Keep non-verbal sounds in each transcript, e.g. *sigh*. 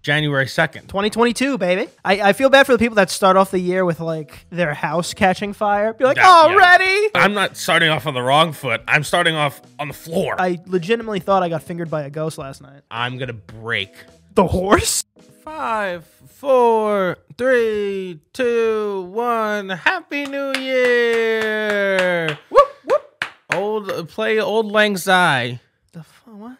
January 2nd. 2022, baby. I, I feel bad for the people that start off the year with like their house catching fire. Be like, "Oh, That- yeah. already? I'm not starting off on the wrong foot. I'm starting off on the floor. I, I legitimately thought I got fingered by a ghost last night. am going to break. The horse? Five, four, three, two, one. Happy New Year! Whoop, whoop. Old play old lang syne. The f- what?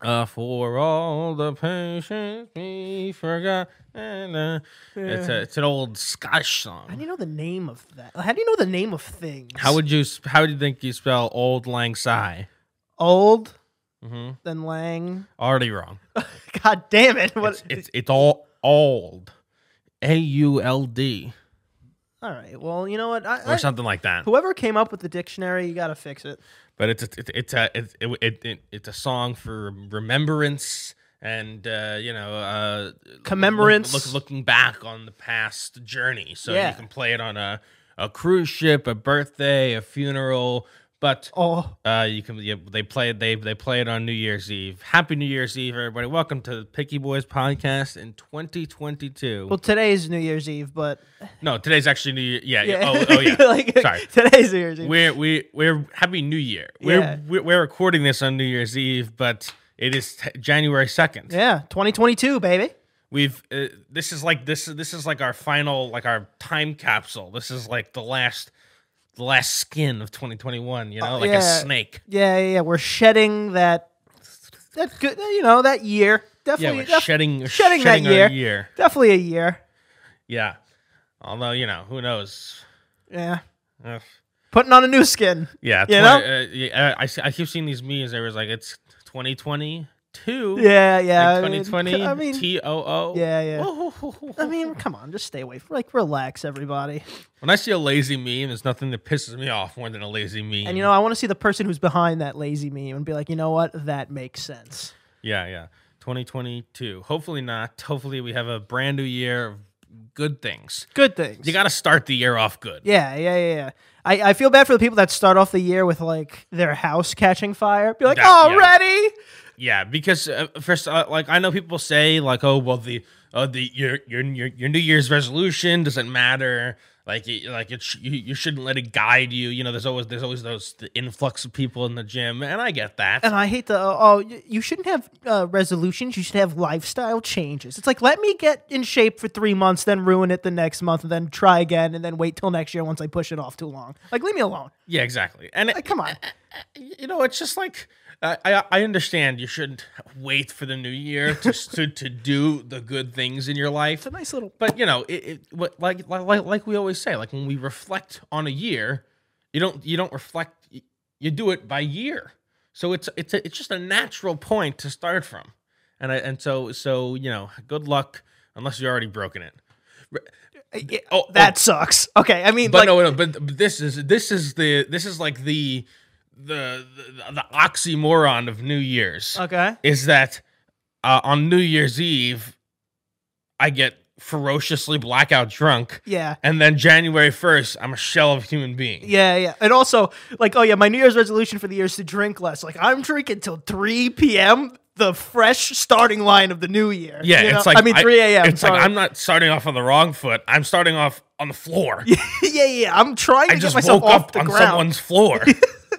Uh, for all the patience we forgot. And, uh, it's, a, it's an old Scottish How do song. you know the name of that? How do you know the name of things? How would you? s- How do you think you spell old lang syne? old Mm-hmm. then Lang? *laughs* Already wrong. God damn it! What? It's, it's it's all old, A U L D All right. Well, you know what? I, or I, something like that. whoever came up with the dictionary, you gotta fix it. But it's it's it's a it's it, it, it, it's a song for remembrance and uh, you know uh, Commemorance. look, look- looking back on the past journey. So Yeah. you can play it on a a cruise ship, a birthday, a funeral. But Oh, Uh, you can yeah, they play it they they play it on New Year's Eve. Happy New Year's Eve, everybody! Welcome to the Picky Boys podcast in 2022. well, today's New Year's Eve, but no, today's actually New Year. Yeah, yeah. *laughs* Oh, oh yeah. like, Sorry. Today's New Year's Eve. we're we we're Happy New Year. We're, Yeah. we're we're recording this on New Year's Eve, but it is t- January 2nd. yeah, 2022, baby. We've uh, this is like this this is like our final like our time capsule. This is like the last the last skin of 2021. You know, like Oh, yeah. a snake. Yeah, yeah, yeah. We're shedding that. That good, you know, that year. Yeah, Definitely, we're def- shedding shedding shedding, that our year. year. definitely a year. Yeah. Although, you know, who knows? Yeah, Ugh. putting on a new skin. Yeah. You twen- know? uh, yeah, I, I see- I keep seeing these memes. There was like, it's 2022. Yeah, yeah. Like I mean, 2020. I mean, T-O-O. yeah, yeah. I I mean, come on, just stay away. From, like, relax, everybody. *laughs* when I see a lazy meme, there's nothing that pisses me off more than a lazy meme. And you know, I want to see the person who's behind that lazy meme and be like, you know what, that makes sense. yeah, yeah. 2022. Hopefully not. Hopefully we have a brand new year of good things. Good things. You got to start the year off good. yeah, yeah, yeah. yeah. I, I feel bad for the people that start off the year with like their house catching fire. Be like, That- yeah. already? Yeah, because uh, first, uh, like I know people say like, oh well, the uh, the your your your your New Year's resolution doesn't matter. Like it, like it sh- you, you shouldn't let it guide you. You know, there's always there's always those the influx of people in the gym, and I get that. And I hate the oh, oh y- you shouldn't have uh, resolutions. You should have lifestyle changes. It's like let me get in shape for three months, then ruin it the next month, and then try again, and then wait till next year once I push it off too long. Like leave me alone. yeah, exactly. And Like it, come on. you know, it's just like I I I understand you shouldn't wait for the new year to s- to to do the good things in your life. It's a nice little. but you know, it, it what- like like like- like we always say, like when we reflect on a year, you don't you don't reflect, y- you do it by year. So it's it's a, it's just a natural point to start from, and I and so so you know, good luck unless you're already broken it. Uh, Yeah, oh, oh. that sucks. Okay, I *laughs* mean, But like, no, no, but but this is this is the this is like the the the, the oxymoron of New Year's okay, is that uh, on New Year's Eve, I get ferociously blackout drunk. yeah. And then January 1st, I'm a shell of a human being. Yeah, yeah. And also, like, oh yeah, my New Year's resolution for the year is to drink less. Like, I'm drinking till 3 p.m. The fresh starting line of the new year. Yeah, you know? it's like I mean 3 a.m. It's sorry. like I'm not starting off on the wrong foot. I'm starting off on the floor. *laughs* *laughs* yeah, yeah. I'm trying to I get just myself woke off up the on ground. someone's *laughs* floor.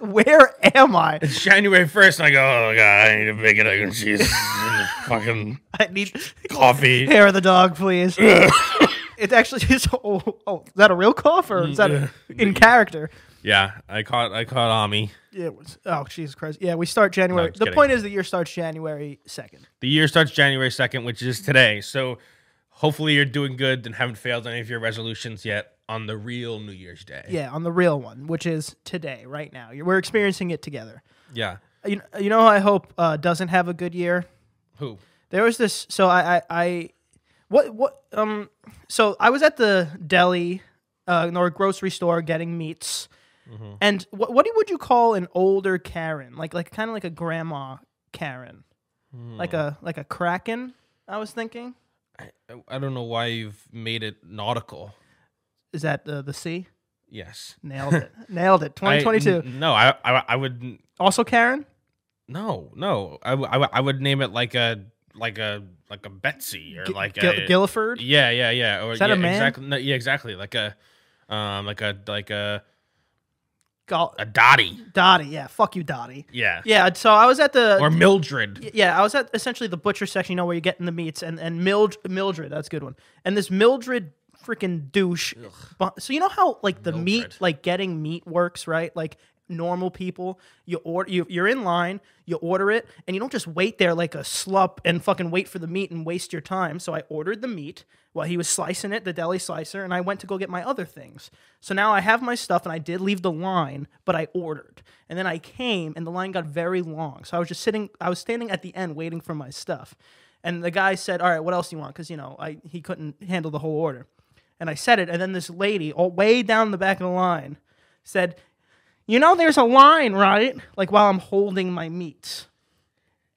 Where am I? it's January 1st, and I go, oh, God, I need a bacon, egg, and cheese, *laughs* and a fucking I need coffee. *laughs* hair of the *laughs* dog, please. it's actually just oh, oh, is that a real cough or is that a, in character? Yeah, I caught I caught Ami. Yeah, it was, oh Jesus Christ! Yeah, we start January. just the kidding. point is the year starts January second. The year starts January 2nd, which is today. So hopefully you're doing good and haven't failed any of your resolutions yet on the real New Year's Day. Yeah, on the real one, which is today, right now. You're- We're experiencing it together. Yeah. You know, you know who I hope uh, doesn't have a good year? Who? There was this. So I, I, I what, what, um, so I was at the deli uh, or grocery store getting meats, Mm-hmm. and what, what would you call an older Karen? Like, like kind of like a grandma Karen, Hmm. like a like a kraken. I was thinking, I- I don't know why you've made it nautical. is that the the sea? Yes. *laughs* Nailed it, nailed it. I- Twenty twenty two. n- No, I, I I would Also Karen. no no I, w- I w- I would name it like a like a like a Betsy or G- like e Gil- a Guilford. yeah yeah yeah or Is that a yeah, man? exactly no, yeah exactly like a um like a like a Gal- a Dottie Dottie. Yeah, fuck you, Dottie. yeah, Yeah. So I was at the. or Mildred Y- yeah, I was at essentially the butcher section, you know, where you're getting the meats and and Mild- Mildred, that's a good one. And this Mildred freaking douche. bu- So you know how like the Mildred. meat, like getting meat works, right? Like normal people, you order, you, you're in line, you order it, and you don't just wait there like a slup and fucking wait for the meat and waste your time. So I ordered the meat while he was slicing it, the deli slicer, and I went to go get my other things. So now I have my stuff, and I did leave the line, but I ordered, and then I came, and the line got very long. So I was just sitting, I was standing at the end waiting for my stuff. And the guy said, "All right, what else do you want?" Because you know, I he couldn't handle the whole order and I said it, and then this lady, all way down the back of the line, said, "You know, there's a line, right? Like while I'm holding my meat."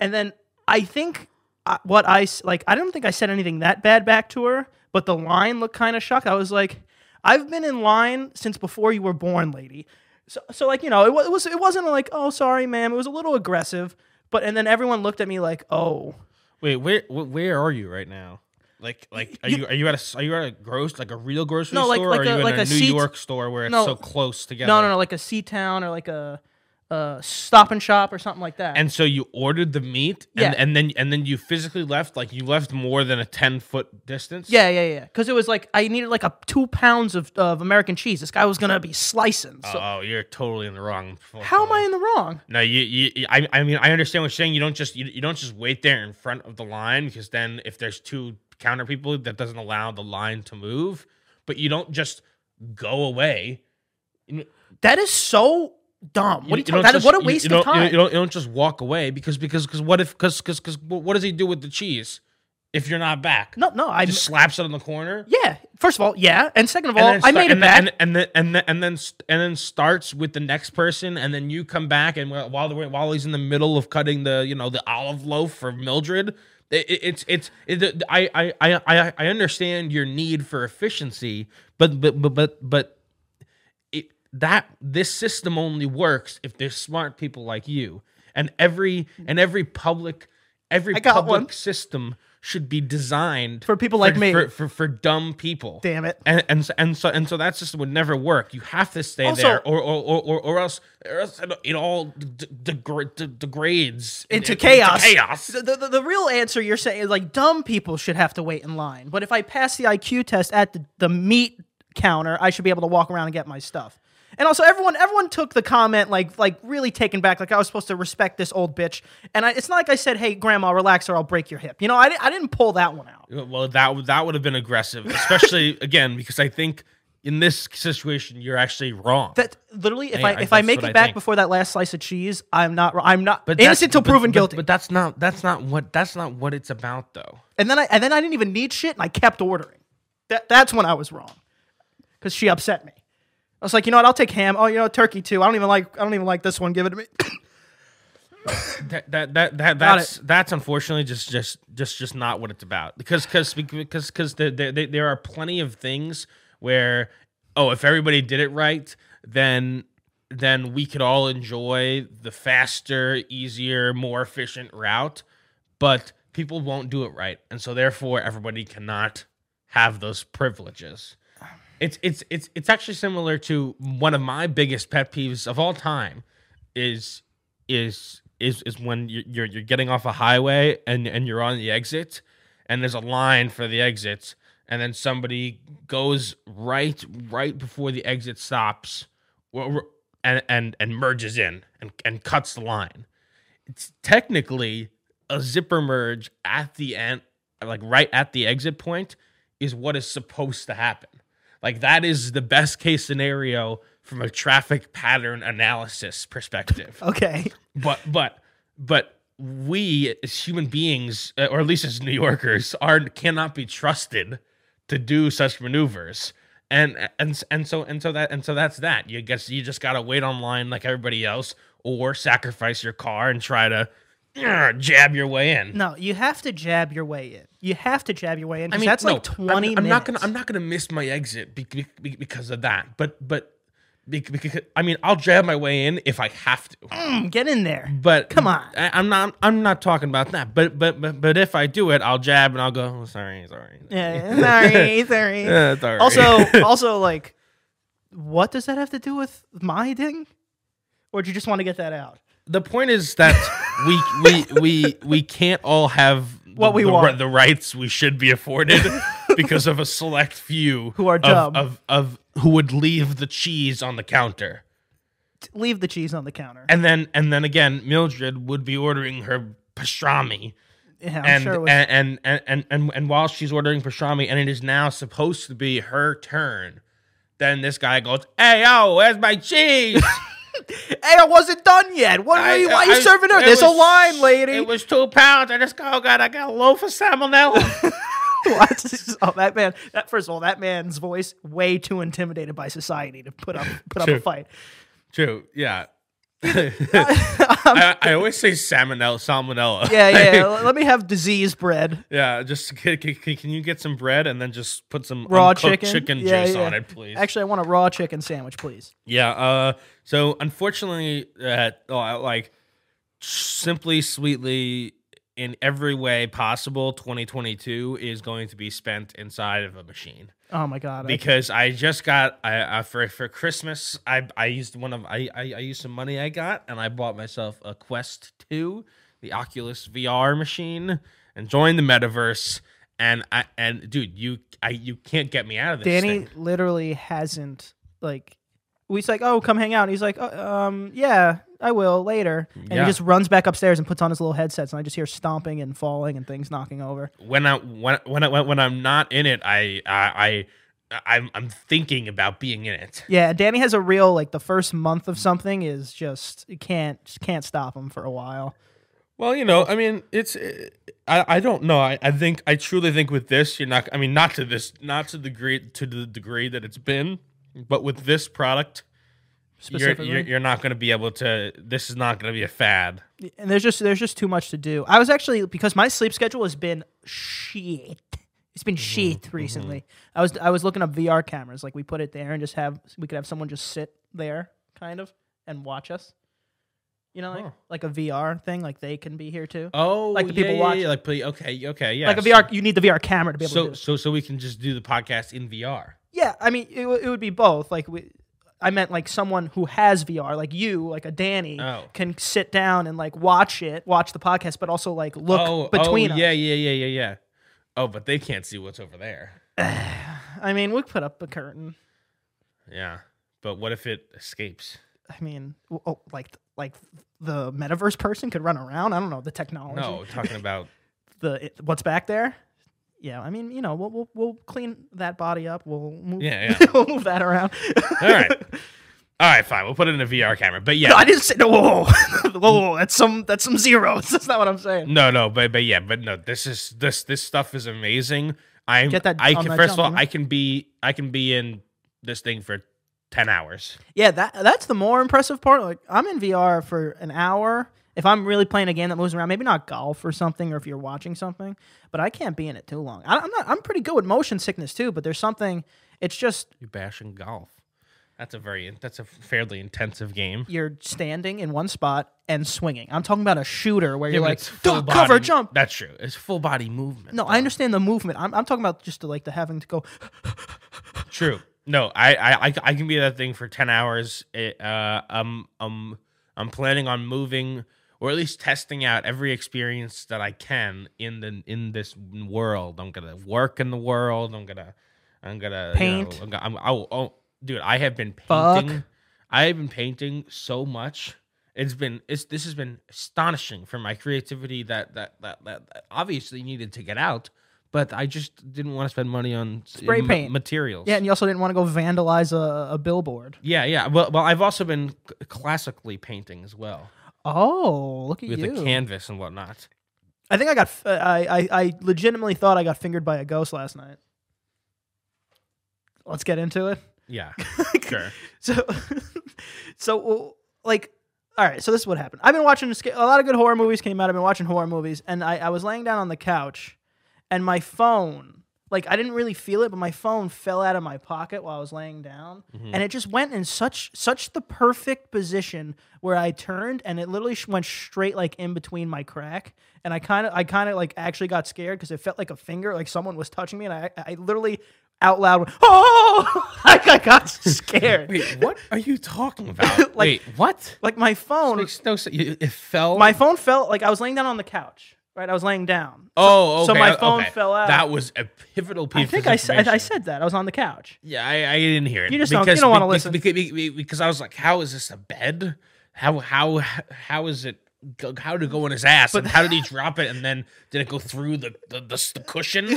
And then I think uh, what I s- like, I don't think I said anything that bad back to her, but the line looked kind of shocked. I was like, "I've been in line since before you were born, lady." So, so like you know, it, wa- it was it wasn't like, "Oh, sorry, ma'am." It was a little aggressive, but and then everyone looked at me like, "Oh." wait where wh- where are you right now like like are you are you at a s- are you at a gross like a real grocery No, like- store like or are a- you in like a, a New seat- York store where it's No. so close together No, no, no, like a Sea Town or like a, a Stop and Shop or something like that. And so you ordered the meat, and, Yeah. and then and then you physically left, like you left more than a ten foot distance. yeah, yeah, yeah. Because it was like I needed like a two pounds of, of American cheese. This guy was gonna be slicing. So oh, you're totally in the wrong. how am I in the wrong? No, you, you. you- I, I mean, I understand what you're saying. You don't just you, you don't just wait there in front of the line because then if there's two counter people, that doesn't allow the line to move. But you don't just go away. That is so dumb. What are you, don't talking? That, just- what a you- waste you don't- of you don't- time. You don't, you don't just walk away because because because what if because because because what does he do with the cheese if you're not back? no, no, I. He just slaps it on the corner. yeah. First of all, yeah, and second of And all, then I start- made it and back. then- and, and then and then and then st- and then starts with the next person, and then you come back, and while while the- while he's in the middle of cutting the you know the olive loaf for Mildred, it, it- it's it's it, I, I I I I understand your need for efficiency, but but but but but it, that this system only works if there's smart people like you, and every and every public every I got public one. system should be designed For people like me. for, for, for dumb people Damn it. and and so, and so and so that system would never work. You have to stay Also- there, or or, or, or, or else or else it- it all d- degra- d- degrades into chaos. chaos. The, the, the real answer you're saying is like dumb people should have to wait in line. But if I pass the IQ test at the, the meat counter, I should be able to walk around and get my stuff. And also, everyone everyone took the comment like like really taken back. Like I was supposed to respect this old bitch. And I, it's not like I said, "Hey, grandma, relax, or I'll break your hip." You know, I, di- I didn't pull that one out. Well, that would- that would have been aggressive, *laughs* especially again because I think in this situation you're actually wrong. That literally, if Yeah, I, I- if I that's make what it I back think. before that last slice of cheese, I'm not I'm not But that's- innocent till but- proven but- guilty. But that's not that's not what that's not what it's about though. And then I and then I didn't even need shit, and I kept ordering. That that's when I was wrong, because she upset me. I was like, you know what? I'll take ham. Oh, you know, turkey too. I don't even like. I don't even like this one. Give it to me. *laughs* that that that, that that's that's unfortunately just just just just not what it's about because because because because there, there, there- there are plenty of things where oh if everybody did it right then then we could all enjoy the faster easier more efficient route but people won't do it right and so therefore everybody cannot have those privileges it's it's it's it's actually similar to one of my biggest pet peeves of all time is is is is when you- you're you're getting off a highway and and you're on the exit and there's a line for the exits and then somebody goes right right before the exit stops or- and and and merges in and and cuts the line it's technically a zipper merge at the end, like right at the exit point, is what is supposed to happen. Like that is the best case scenario from a traffic pattern analysis perspective. okay. But but but we as human beings, uh, or at least as New Yorkers, are cannot be trusted to do such maneuvers. And and and so and so that and so that's that. You guess you just gotta wait online like everybody else, or sacrifice your car and try to uh, jab your way in. No, you have to jab your way in. You have to jab your way in. 'cause that's no, like twenty. I'm, I'm not minutes. gonna. I'm not gonna miss my exit be, be, be- because of that. But but Because, I mean, I'll jab my way in if I have to. Mm, get in *laughs* there. But Come on. I, I'm not. I'm not talking about that. But but but but if I do it, I'll jab and I'll go. Oh, sorry, sorry. Yeah, sorry, sorry. *laughs* Yeah, it's all right. Also, also, like, what does that have to do with my ding? Or do you just want to get that out? *laughs* the point is that we we we we can't all have What the, we the, want. the rights we should be *laughs* afforded because of a select few Who are of- dumb. of, of who would leave the cheese on the counter Leave the cheese on the counter. and then and then again Mildred would be ordering her pastrami yeah, I'm and, sure it was- and, and, and and and and while she's ordering pastrami and it is now supposed to be her turn then this guy goes hey yo where's my *laughs* cheese hey, I wasn't done yet. What are I- you, why are you I- serving her? it There's a was- line, lady. It was two pounds. I just go, oh god, I got a loaf of *laughs* salmonella. *laughs* What? oh, that man. That first of all, that man's voice way too intimidated by society to put up put up a True. fight. True. Yeah. *laughs* I, I always say salmonella. Salmonella. um, *laughs* Yeah, yeah. yeah. Let me have disease bread. yeah. Just can, can, can you get some bread and then just put some Raw uncooked chicken? Yeah, juice yeah. on it, please? Actually, I want a raw chicken sandwich, please. yeah. Uh. So unfortunately, uh, uh, like simply sweetly in every way possible, 2022 is going to be spent inside of a machine. Oh my god. I- because I just got I, I for for Christmas I I used one of I, I I used some money I got and I bought myself a Quest 2, the Oculus VR machine and joined the metaverse and I and dude, you I you can't get me out of this Danny thing. literally hasn't like. He's like, oh, come hang out. And he's like, uh, um, yeah, I will later. And Yeah. he just runs back upstairs and puts on his little headsets, and I just hear stomping and falling and things knocking over. When I when when I, when, when I'm not in it, I I, I I'm I'm thinking about being in it. Yeah, Danny has a real like the first month of something is just you can't just can't stop him for a while. Well, you know, I mean, it's I, I don't know. I, I think I truly think with this, you're not. I mean, not to this, not to the degree to the degree that it's been, but with this product, you're Specifically, you're, you're not going to be able to. This is not going to be a fad. and there's just there's just too much to do. I was actually because my sleep schedule has been shit. Mm-hmm, It's been shit recently. I was I was looking up VR cameras. Like we put it there and just have we could have someone just sit there kind of and watch us. You know, like, Oh. like a VR thing. Like they can be here too. Oh, Like the yeah, people yeah, watch- yeah, like okay, okay, yeah, like a VR, you need the VR camera to be able to do. So it. so so we can just do the podcast in VR. Yeah, I mean, it, w- it would be both. Like, we, I meant like someone who has VR, like you, like a Danny, Oh. can sit down and like watch it, watch the podcast, but also like look oh, between oh, us. yeah, yeah, yeah, yeah, yeah. Oh, but they can't see what's over there. I mean, we could put up a curtain. Yeah, but what if it escapes? I mean, w- oh, like like the metaverse person could run around. I don't know the technology. No, *laughs* talking about The it, what's back there? Yeah, I mean, you know, we'll we'll, we'll clean that body up. We'll move, *laughs* Yeah, yeah. we'll move that around. all right. All right, fine. We'll put it in a VR camera. But yeah, *laughs* No, I didn't say no. Whoa, whoa, *laughs* whoa, whoa, that's some that's some zeros. *laughs* That's not what I'm saying. No, no, but but yeah, but no, this is this this stuff is amazing. I'm Get that I on can that first of jump, all, you know? I can be I can be in this thing for ten hours. Yeah, that that's the more impressive part. Like I'm in VR for an hour. If I'm really playing a game that moves around, maybe not golf or something, or if you're watching something, but I can't be in it too long. I, I'm not. I'm pretty good with motion sickness too, but there's something. It's just You bashing golf. That's a very that's a fairly intensive game. you're standing in one spot and swinging. I'm talking about a shooter where you're But like it's full "Duh, cover body- jump. That's true. It's full body movement. No, I understand the movement. I'm, I'm talking about just the, like the having to go. True. No, I I I- I can be that thing for ten hours. It, uh, um, um, I'm planning on moving or at least testing out every experience that I can in the in this world. I'm gonna work in the world. I'm gonna I'm gonna you Paint. know, I'm, gonna- I'm- oh, oh, dude, I have been Fuck. painting. I have been painting so much. It's been it's this has been astonishing for my creativity that that that, that, that obviously needed to get out. But I just didn't want to spend money on Spray ma- paint. materials. Yeah, and you also didn't want to go vandalize a, a billboard. Yeah, yeah. Well, well, I've also been c- classically painting as well Oh, look at with you. a canvas and whatnot. I think I got. f- uh, I, I I legitimately thought I got fingered by a ghost last night. Let's get into it. *laughs* Yeah, sure. So, *laughs* so like, all right. So this is what happened. I've been watching sca- a lot of good horror movies came out. I've been watching horror movies, and I, I was laying down on the couch, and my phone like I didn't really feel it, but my phone fell out of my pocket while I was laying down, Mm-hmm. Hmm. and it just went in such such the perfect position where I turned and it literally sh- went straight like in between my crack, and I kind of I kind of like actually got scared because it felt like a finger, like someone was touching me, and I I literally out loud *laughs* went, oh, *laughs* like *laughs* I got scared, Wait, what are you *laughs* talking about? Wait, what? like my phone Makes no sense. You- It fell. my phone fell like I was laying down on the couch, right? I was laying down. oh, so okay, my phone okay. fell out. That was a pivotal piece. I think of I said I information. said that. I was on *laughs* the couch. *laughs* Yeah, I, I didn't hear it. You just don't- you don't wanna be- listen. be- be- be- because, I was like, how is this a bed? How how how is it? go- How did it go in his ass? and how did he drop it? And then did it go through the the, the, the cushion?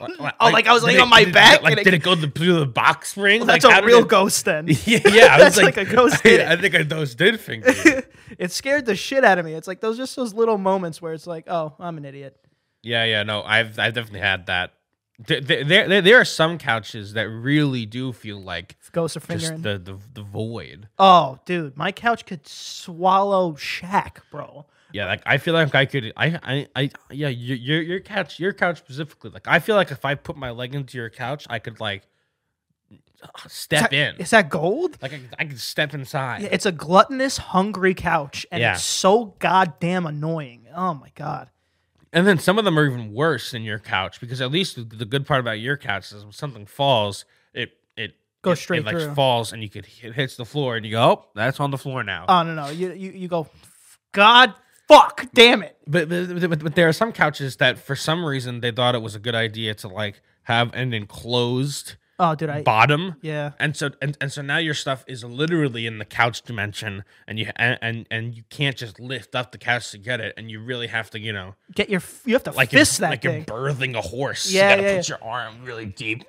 Oh, like I was did laying it- on my did it- back Like and it- did it go th- through the box spring? That's like, how a did real it- *laughs* ghost then. *laughs* Yeah, yeah. I was That's like a ghost did *laughs* it. I, I think I, those did finger. *laughs* you. it scared the shit out of me. It's like those just those little moments where it's like, oh, I'm an idiot. Yeah, yeah, no, I've I've definitely had that. There, there, there, there are some couches that really do feel like Ghosts are just fingering. the, the the void. oh, dude, my couch could swallow Shaq, bro. Yeah, like I feel like I could. I, I, I yeah, your, your your couch, your couch specifically. Like I feel like if I put my leg into your couch, I could like Is step that- in. Is that gold? Like I, could- I could step inside. Yeah, It's a gluttonous, hungry couch, and Yeah. it's so goddamn annoying. Oh my god. And then some of them are even worse than your couch because at least the- the good part about your couch is when something falls, it it Goes it- straight it, like through. falls and you could it hits the floor and you go, oh, that's on the floor now. Oh no, no, you you, you go, God, fuck, damn it. But, but, but but there are some couches that for some reason they thought it was a good idea to like have an enclosed Oh, dude, I bottom. yeah. And so and, and so now your stuff is literally in the couch dimension and you and, and and you can't just lift up the couch to get it and you really have to, you know, Get your f- you have to like you're, fist that like thing. you're birthing a horse. Yeah, you gotta yeah, put your arm really *laughs* deep.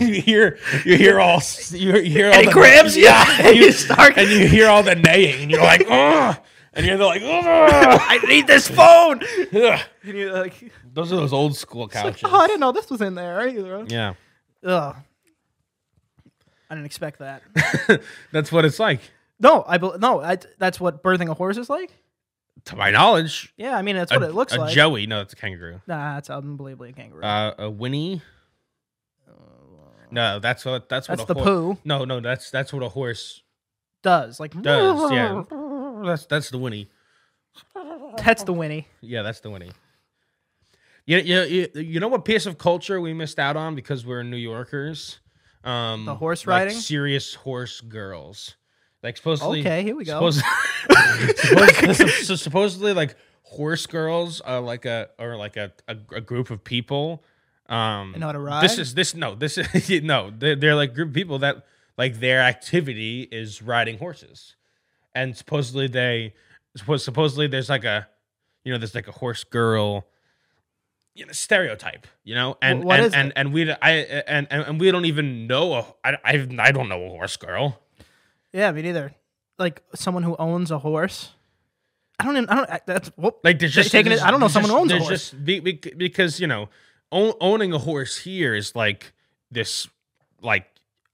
you hear you hear all s- you hear all And it the- grabs you. *laughs* And you start- and *laughs* you hear all the neighing and you're like, oh, and you're like, "Ugh." I need this phone. Ugh. And you're like, *laughs* *laughs* Those are those old school couches. oh, I didn't know this was in there either. yeah, Ugh. I didn't expect that. *laughs* that's what it's like. No, I bel no. I, that's what birthing a horse is like. To my knowledge, Yeah, I mean that's what a, it looks a like. Joey, no, that's a kangaroo. nah, it's unbelievably a kangaroo. Uh, a Winnie. No, that's what that's what Uh, that's a the horse. poo No, no, that's that's what a horse does. Like does. yeah, *laughs* that's that's the Winnie. *laughs* That's the Winnie. Yeah, that's the Winnie. You, you, you, you know what piece of culture we missed out on because we're New Yorkers? Um, The horse like riding? serious horse girls. Like supposedly. Okay, here we go. *laughs* Suppos- suppos- so, so supposedly, like horse girls are like a or like a, a, a group of people. Um, You know how to ride. this is this no this is *laughs* no they're, they're like group of people that like their activity is riding horses, and supposedly they suppo- supposedly there's like a you know there's like a horse girl you know, stereotype, you know, and what and, is and, it? and we I and, and and we don't even know a I I, I don't know a horse girl. yeah, me neither. Like someone who owns a horse. I don't. Even, I don't. I- That's whoop. Like there's They just taking it- there's- I don't know there's someone just- owns a there's horse. just be- be- because you know own, owning a horse here is like this like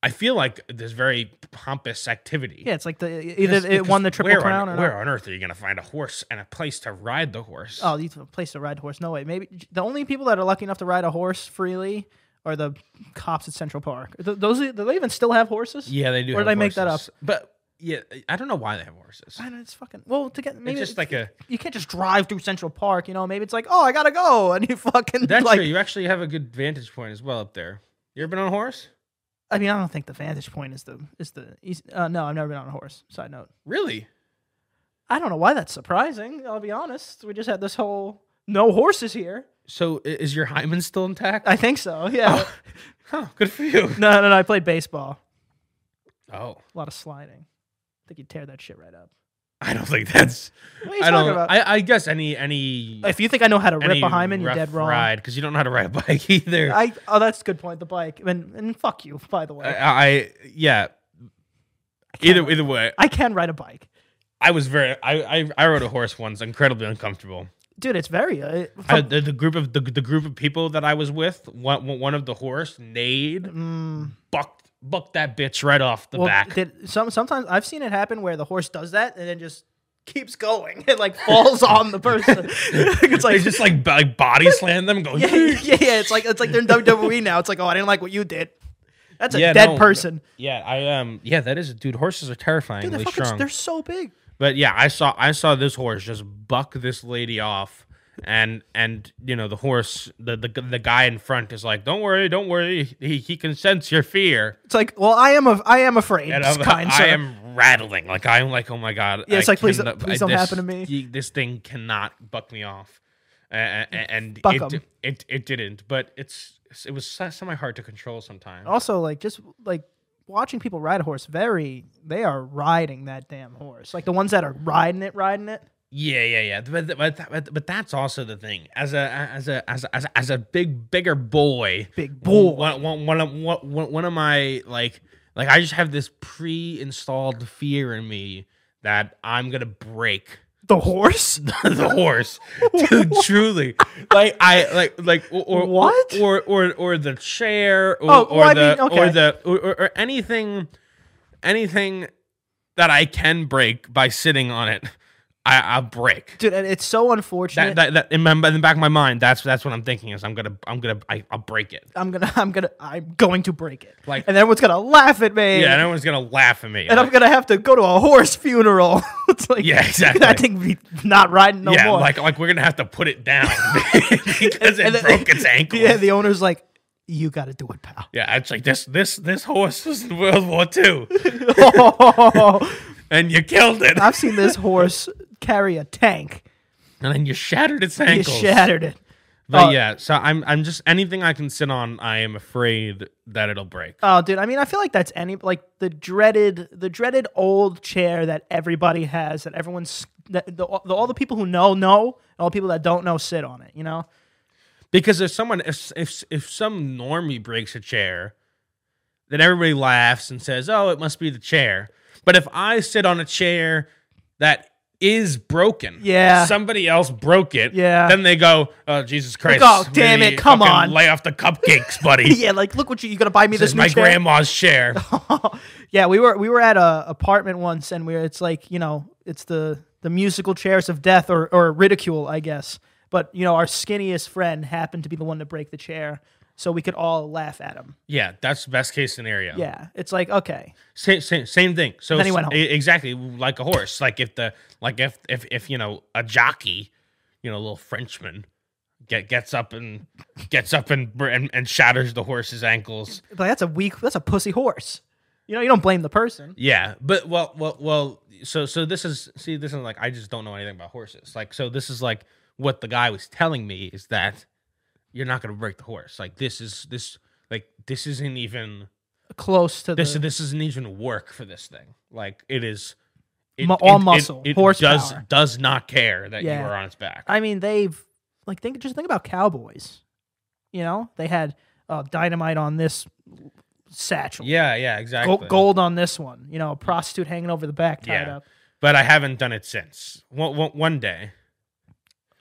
I feel like this very pompous activity. yeah, it's like the e, either Because- it won the because triple where crown On, or not. where on earth are you gonna find a horse and a place to ride the horse? Oh, these are a place to ride horse. No way. Maybe the only people that are lucky enough to ride a horse freely are the cops at Central Park. Th- Those do they even still have horses? yeah, they do. Where have did I make that horses. But yeah, I don't know why they have horses. I don't. It's fucking well to get. Maybe It's just like *laughs* a you can't just drive through Central Park. You know, maybe it's like, oh, I gotta go, *laughs* and you fucking that's like. true. You actually have a good vantage point as well up there. You ever been on a horse? I mean, I don't think the vantage point is the is the. eas- Uh, no, I've never been on a horse. Side note. Really? I don't know why that's surprising. I'll be honest. We just had this whole no horses here. So i- is your hymen still intact? I think so. *laughs* Yeah. Oh. Huh, good for you. No, no, no. I played baseball. *laughs* Oh, A lot of sliding. I think you tear that shit right up. I don't think that's. What are you I talking don't. about? I, I guess any any If you think I know how to any rip a hymen, you're rough dead wrong. Ride because you don't know how to ride a bike *laughs* either. I, I oh, that's a good point. The bike and and fuck you, by the way. I, I yeah. Either either way, can ride a bike, I was very. I I, I rode a horse once, incredibly uncomfortable. dude. It's very uh, it- I, from- the, the group of the, the group of people that I was with, one one of the horse neighed, mm, bucked bucked that bitch right off the well, back. did- some sometimes I've seen it happen where the horse does that and then just keeps going. *laughs* It like falls on *laughs* the person. *laughs* it's They like just like, b- like body slam them. and Go. *laughs* *laughs* yeah, yeah, yeah. It's like it's like they're in WWE now. It's like, oh, I didn't like what you did. That's a Yeah, dead no, person. Yeah, I um. Yeah, that is dude. Horses are Dude, terrifyingly they're, fucking, strong. they're so big. But yeah, I saw I saw this horse just buck this lady off, and and you know the horse the the, the guy in front is like, don't worry, don't worry, he, he can sense your fear. It's like, well, I am a, I am afraid. And It's I'm, *laughs* kind, I sir. am rattling, like I'm like, oh my god. Yeah, it's I like, please- cannot- please don't this- happen to me. y- This thing cannot buck me off, A- a- a- and Buck it, 'em. it it didn't. But it's it was semi hard to control sometimes. Also, like just like watching people ride a horse, very they are riding that damn horse. Like the ones that are riding it, riding it. Yeah, yeah, yeah. But, th- but, th- but, th- but that's also the thing. As a as a as a, as a, as a big bigger boy, Big boy. One, one, one, of, one- one, one of my like like I just have this pre-installed fear in me that I'm gonna break The *laughs* horse? the horse. *laughs* Dude, truly, like I like like or, or What? or or or the chair or, Oh, or well, I the mean, okay. or the or, or, or anything anything that I can break by sitting on it. I, I'll break Dude, and it's so that, unfortunate. that, that in, my, in the back of my mind, that's that's what I'm thinking is I'm gonna I'm gonna I, I'll break it. I'm gonna *laughs* I'm gonna I'm going to break it. Like- and everyone's gonna laugh at me. Yeah, and everyone's gonna laugh at me. and I'm Like, gonna have to go to a horse funeral. *laughs* it's like Yeah, exactly. That thing be not riding no yeah, more. like like we're gonna have to put it *laughs* down *laughs* because And it then- broke *laughs* its ankle. yeah, Yeah, the owner's like, you gotta do *laughs* it, pal. *laughs* it's like this this this horse was in World War II, and you killed it, I've seen this horse carry a tank. and then you shattered its He ankles. shattered it. but Oh. yeah, so I'm I'm just anything I can sit on, I am afraid that it'll break. Oh, dude. I mean, I feel like that's any like the dreaded, the dreaded old chair that everybody has that everyone's that the, all- the, all the people who know know, and all the people that don't know sit on it. You know, Because if someone if if if some normie breaks a chair, then everybody laughs and says, "Oh, it must be the chair." But if I sit on a chair that is broken, Yeah. somebody else broke it, Yeah. then they go, "Oh, Jesus Christ! oh, damn maybe it, come fucking on." lay off the *laughs* cupcakes, buddy." *laughs* yeah. Like, look what you you gonna buy me This this, is new my chair? grandma's chair. *laughs* yeah, we were we were at a apartment once, and we are it's like you know it's the the musical chairs of death or or ridicule, I guess. But you know, our skinniest friend happened to be the one to break the chair, so we could all laugh at him. yeah, that's the best case scenario. Yeah, it's like okay, same, same, same thing. So Then he s- went home. e- exactly like a horse. Like if the like if if if you know a jockey, you know, a little Frenchman, get gets up and gets up and br- and, and shatters the horse's ankles. but that's a weak, that's a pussy horse. You know, you don't blame the person. Yeah, but well, well, well. So so this is see this is like I just don't know anything about horses. Like so this is like what the guy was telling me is that you're not gonna break the horse. Like this is this like this isn't even Close to this the this isn't even work for this thing. Like it is Mu- all muscle, It, does horsepower. does not care that Yeah. you are on its back. I mean, they've like think just think about cowboys. You know, they had uh, dynamite on this satchel, yeah, yeah, go- exactly. gold on this one. You know, a prostitute hanging over the back tied Yeah. up. But I haven't done it since. One, one, one day,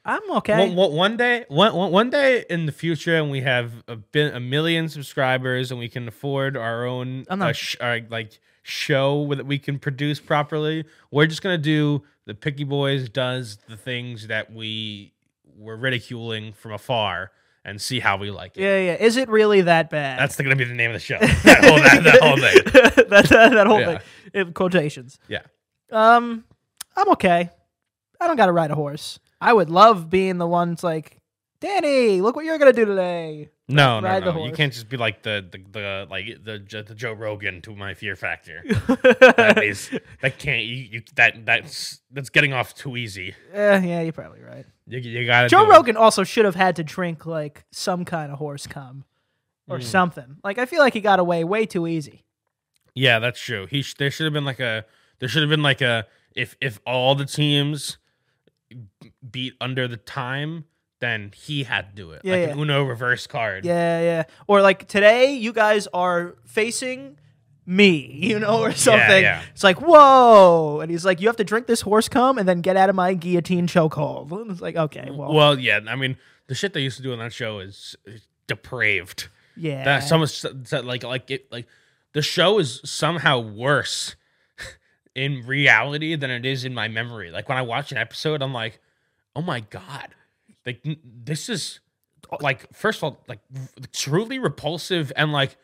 I'm okay. one, one, one day, one, one, one day in the future, and we have a, bin, a million subscribers, and we can afford our own I'm not- uh, sh- uh, like show that we can produce properly. We're just gonna do the Picky Boys does the things that we were ridiculing from afar, and see how we like it. yeah, yeah. Is it really that bad? That's *laughs* going to be the name of the *laughs* show. That whole, that, that whole thing. that, that, that whole Yeah. thing. In quotations. Yeah. Um, I'm okay. I don't got to ride a horse. I would love being the one that's like, Danny, look what you're gonna do today. No, no, Ride the no. You horse. can't just be like the the, the like the, Jo- the Joe Rogan to my Fear Factor. That is that can't you, you that that's that's getting off too easy. *laughs* Eh, yeah, you're probably right. You, you gotta Joe do it. Rogan also should have had to drink like some kind of horse cum Mm. or something. Like I feel like he got away way too easy. Yeah, that's true. He sh- there should have been like a there should have been like a if if all the teams beat under the time, then he had to do it Yeah, like an yeah. Uno reverse card. Yeah, yeah. Or like today, you guys are facing me, *laughs* you know, or something. yeah. It's like whoa, and he's like, you have to drink this horse cum and then get out of my guillotine chokehold. *laughs* And It's like okay, well, Well, yeah. I mean, the shit they used to do on that show is is depraved. yeah. that some s- s- like like it like the show is somehow worse *laughs* in reality than it is in my memory. Like when I watch an episode, I'm like, oh my god, like n- this is like first of all like r- truly repulsive and like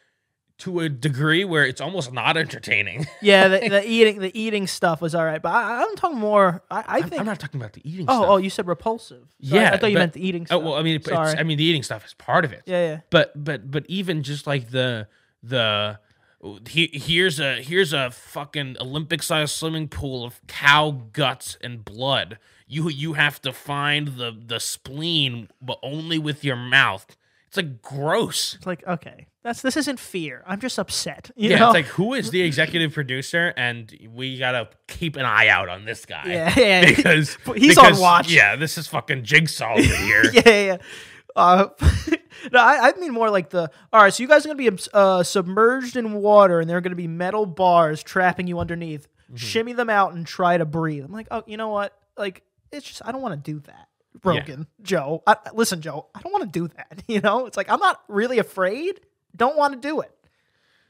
to a degree where it's almost not entertaining. Yeah, the, the eating the eating stuff was all right, but I, I'm talking more. I, I I'm- think. *laughs* I'm not talking about the eating. oh, stuff. oh, you said repulsive. So I- I, Yeah, thought you but- meant the eating Oh, stuff. well, I mean, it's, Sorry. I mean, the eating stuff is part of it. yeah, yeah. But but but even just like the the he, here's a here's a fucking Olympic sized swimming pool of cow guts and blood. You you have to find the the spleen, but only with your mouth. It's like gross. It's like okay, that's this isn't fear. I'm just upset. *laughs* You yeah, know? it's like who is the executive producer, and we gotta keep an eye out on this guy. Yeah, *laughs* yeah. *laughs* because He's on because, watch. Yeah, this is fucking jigsaw over here. *laughs* yeah, yeah. yeah. Uh, *laughs* no, I, I mean more like the. All right, so you guys are gonna be uh, submerged in water, and there are gonna be metal bars trapping you underneath. Shimmy them out and try to breathe. I'm like, oh, you know what? Like, it's just I don't want to do that. Broken Joe, I, listen, Joe, I don't want to do that. *laughs* You know, it's like I'm not really afraid. Don't want to do it.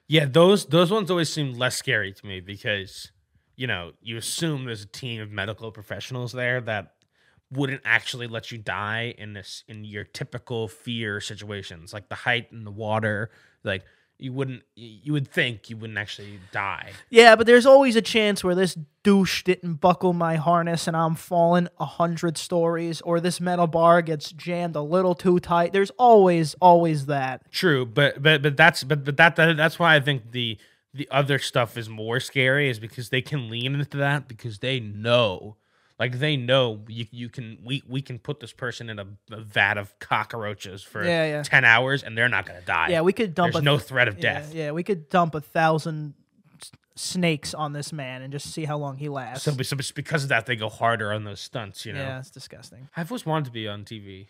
Yeah, those those ones always seem less scary to me because you know you assume there's a team of medical professionals there that wouldn't actually let you die in this in your typical fear situations like the height and the water like you wouldn't you would think you wouldn't actually die Yeah, but there's always a chance where this douche didn't buckle my harness and I'm falling a hundred stories, or this metal bar gets jammed a little too tight. There's always, always that. True, but but but that's but but that, that that's why I think the the other stuff is more scary is because they can lean into that because they know like they know you you can we we can put this person in a, a vat of cockroaches for Yeah, yeah. 10 hours and they're not going to die. Yeah, we could dump There's a no threat of yeah, death. yeah, we could dump a thousand s- snakes on this man and just see how long he lasts. So, be- so it's because of that they go harder on those stunts, you know. Yeah, it's disgusting. I've always wanted to be on TV.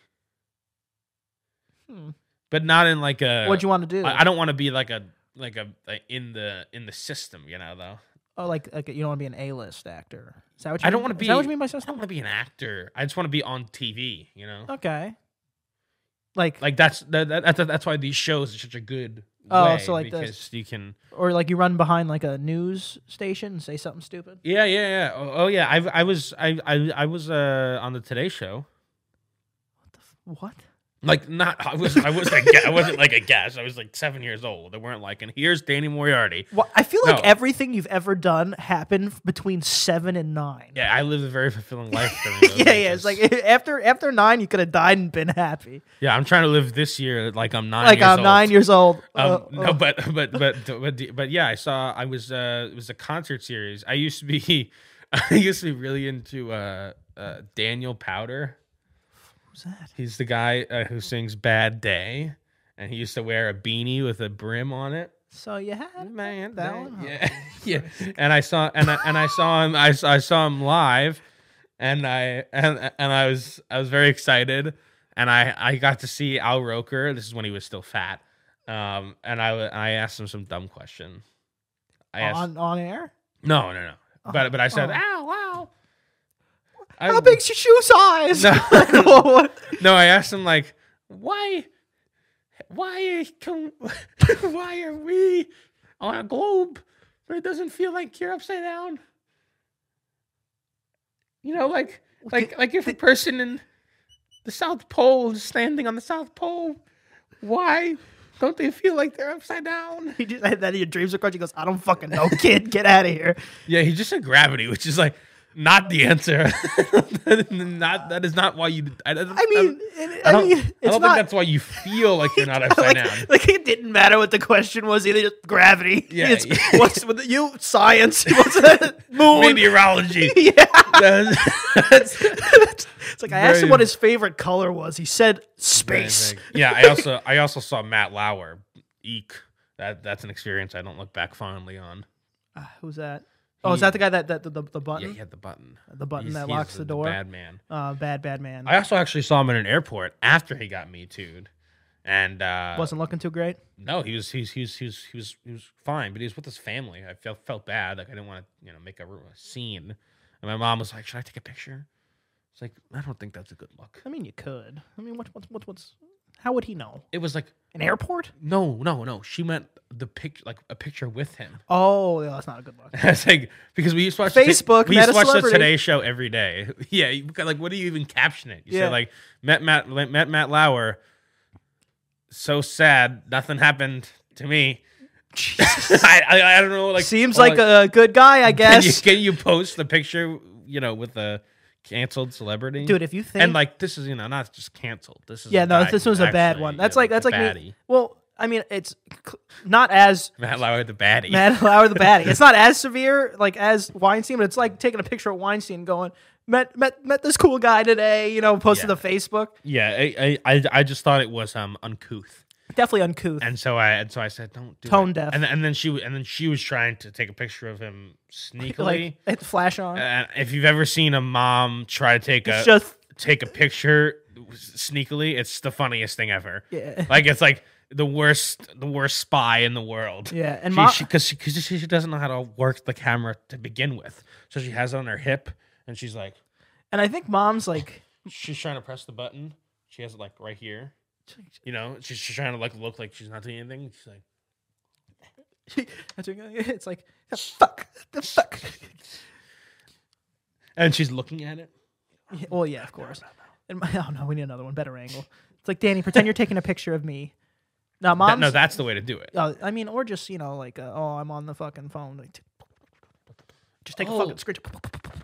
Hmm. But not in like a What'd you want to do? Uh, I, I don't want to be like a like a, a in the in the system, you know though. oh, like, like you don't want to be an A-list actor. Is that what you I don't mean? wanna Is that what be- you mean by I don't system? want to be an actor. I just want to be on TV. You know, Okay. Like, like that's that, that, that that's why these shows are such a good. Oh, way, so like the- because you can. or like you run behind like a news station and say something stupid. Yeah, yeah, yeah. Oh, oh yeah. I I was I I I was uh on the Today Show. What? Like not I was I was a gue- I wasn't like a guest. I was like seven years old. They weren't like and here's Danny Moriarty. Well, I feel like No. everything you've ever done happened f- between seven and nine. Yeah, I lived a very fulfilling life. during those *laughs* yeah, yeah. It's ages. like *laughs* after after nine, you could have died and been happy. yeah. I'm trying to live this year like I'm nine. like years I'm old. nine years old. Um, Uh, no, uh, but but but but but yeah, I saw. I was uh, it was a concert series. I used to be, *laughs* I used to be really into uh, uh, Daniel Powder. who's that? He's the guy uh, who sings "Bad Day," and he used to wear a beanie with a brim on it. So you had Man, that that one? Oh, yeah, *laughs* yeah. And I saw and I, and I saw him. I, s- I saw him live, and I and and I was I was very excited, and I I got to see Al Roker. This is when he was still fat, um, and I wa- I asked him some dumb question. I asked on on air. no no no, but but I said oh. Al wow. I- How big's your shoe size? No. *laughs* What- what- no, I asked him like, why, why can, *laughs* why are we on a globe where it doesn't feel like you're upside down? You know, like, like, like if a person in the South Pole is standing on the South Pole, why don't they feel like they're upside down? he just had that in your dreams across. He goes, I don't fucking know, kid. Get out of here. Yeah, he just said gravity, which is like not the answer. *laughs* not that is not why you. I, I mean, it- I I, don't, mean, I it's don't not. think that's why you feel like you're not upside *laughs* like, down. like it didn't matter what the question was either. Just gravity. *laughs* Yeah, It's- yeah. What's with you? Science. *laughs* What's that? Moon. *laughs* Meteorology. Yeah. *laughs* That's- it's like I asked him Very- what his favorite color was. He said *laughs* space. yeah, I also I also saw Matt Lauer. Eek. That that's an experience I don't look back fondly on. Uh, who's that? Oh, is that the guy that, that the, the, the Yeah, button? he had the button. The button He's- he's that locks the door. Bad man. Uh, bad, bad man. I also actually saw him in an airport after he got me too'd. And uh Wasn't looking too great. no, he was he was he was he was he was he was fine, but he was with his family. I felt felt bad. Like I didn't want to, you know, make a, ru- a scene. And my mom was like, Should I take a picture? It's like, I don't think that's a good look. I mean, you could. I mean, what, what, what, what's How would he know? It was like An airport? no, no, no. She meant the picture, like a picture with him. *laughs* Oh, yeah, that's not a good look. *laughs* I was like, because we used to watch Facebook, we met used a to watch the celebrity. Today Show every day. *laughs* Yeah, you, like what do you even caption it? You Yeah. say like met Matt met Matt Lauer. So sad, nothing happened to me. *laughs* I, I I don't know. Like Seems or, like, a *laughs* good guy, I can you, guess. can you post the picture? You know, with the canceled celebrity, Dude, if you think and like this is you know not just canceled. This is a Yeah, no, guy this who was a bad actually, one. you That's know, like that's a like me. baddie. Well, I mean, it's c- *laughs* not as Matt Lauer the baddie. *laughs* Matt Lauer the baddie. It's not as severe like as Weinstein, but it's like taking a picture of Weinstein and going met met met this cool guy today. You know, posted Yeah. to Facebook. yeah, I, I I- I just thought it was um uncouth. Definitely uncouth. And so I and so I said, "Don't do Tone it." deaf. And, and then she and then she was trying to take a picture of him like sneakily. hit the flash on. and if you've ever seen a mom try to take a it's just take a picture sneakily, it's the funniest thing ever. yeah, Like it's like the worst the worst spy in the world. yeah. And Because mom, she, 'cause she, 'cause she, she doesn't know how to work the camera to begin with, so she has it on her hip, and she's like, and I think mom's like *laughs* she's trying to press the button. She has it like right here. You know, she's, she's trying to like look like she's not doing anything. She's like. *laughs* it's like the fuck the fuck. *laughs* And she's looking at it. Yeah, Well, yeah, of course. And my, *laughs* oh no, we need another one, better angle. It's like Danny, pretend you're taking a picture of me. Now, That- mom's no, that's the way to do it. Uh, I mean, or just you know, like, uh, oh, I'm on the fucking phone. Like, just take a Oh. fucking screen, *laughs*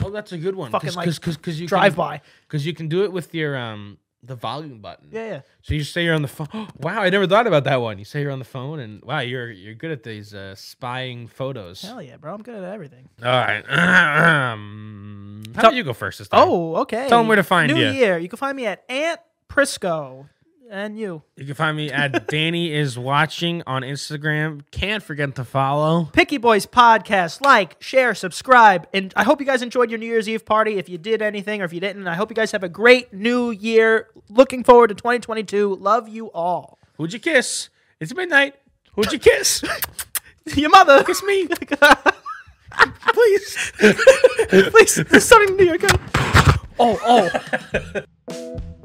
Oh, that's a good one. Fucking, like, cause you drive by. Because you can do it with your um the volume button. Yeah, yeah. So you say you're on the phone. *gasps* wow, I never thought about that one. You say you're on the phone, and wow, you're you're good at these uh, spying photos. Hell yeah, bro. I'm good at everything. All right. *clears throat* Um, how Tell- about you go first this time? Oh, okay. Tell 'em where to find New ya. year. You can find me at Aunt Prisco, and you you can find me at *laughs* Danny is watching on Instagram. Can't forget to follow. Picky Boys podcast. Like, share, subscribe, and I hope you guys enjoyed your New Year's Eve party. If you did anything, or if you didn't, I hope you guys have a great New Year. Looking forward to 2022. Love you all. *laughs* Who'd you kiss? It's midnight. Who'd you kiss? *laughs* Your mother. *laughs* kiss me, please, please. There's something New Year. Go. Oh, oh.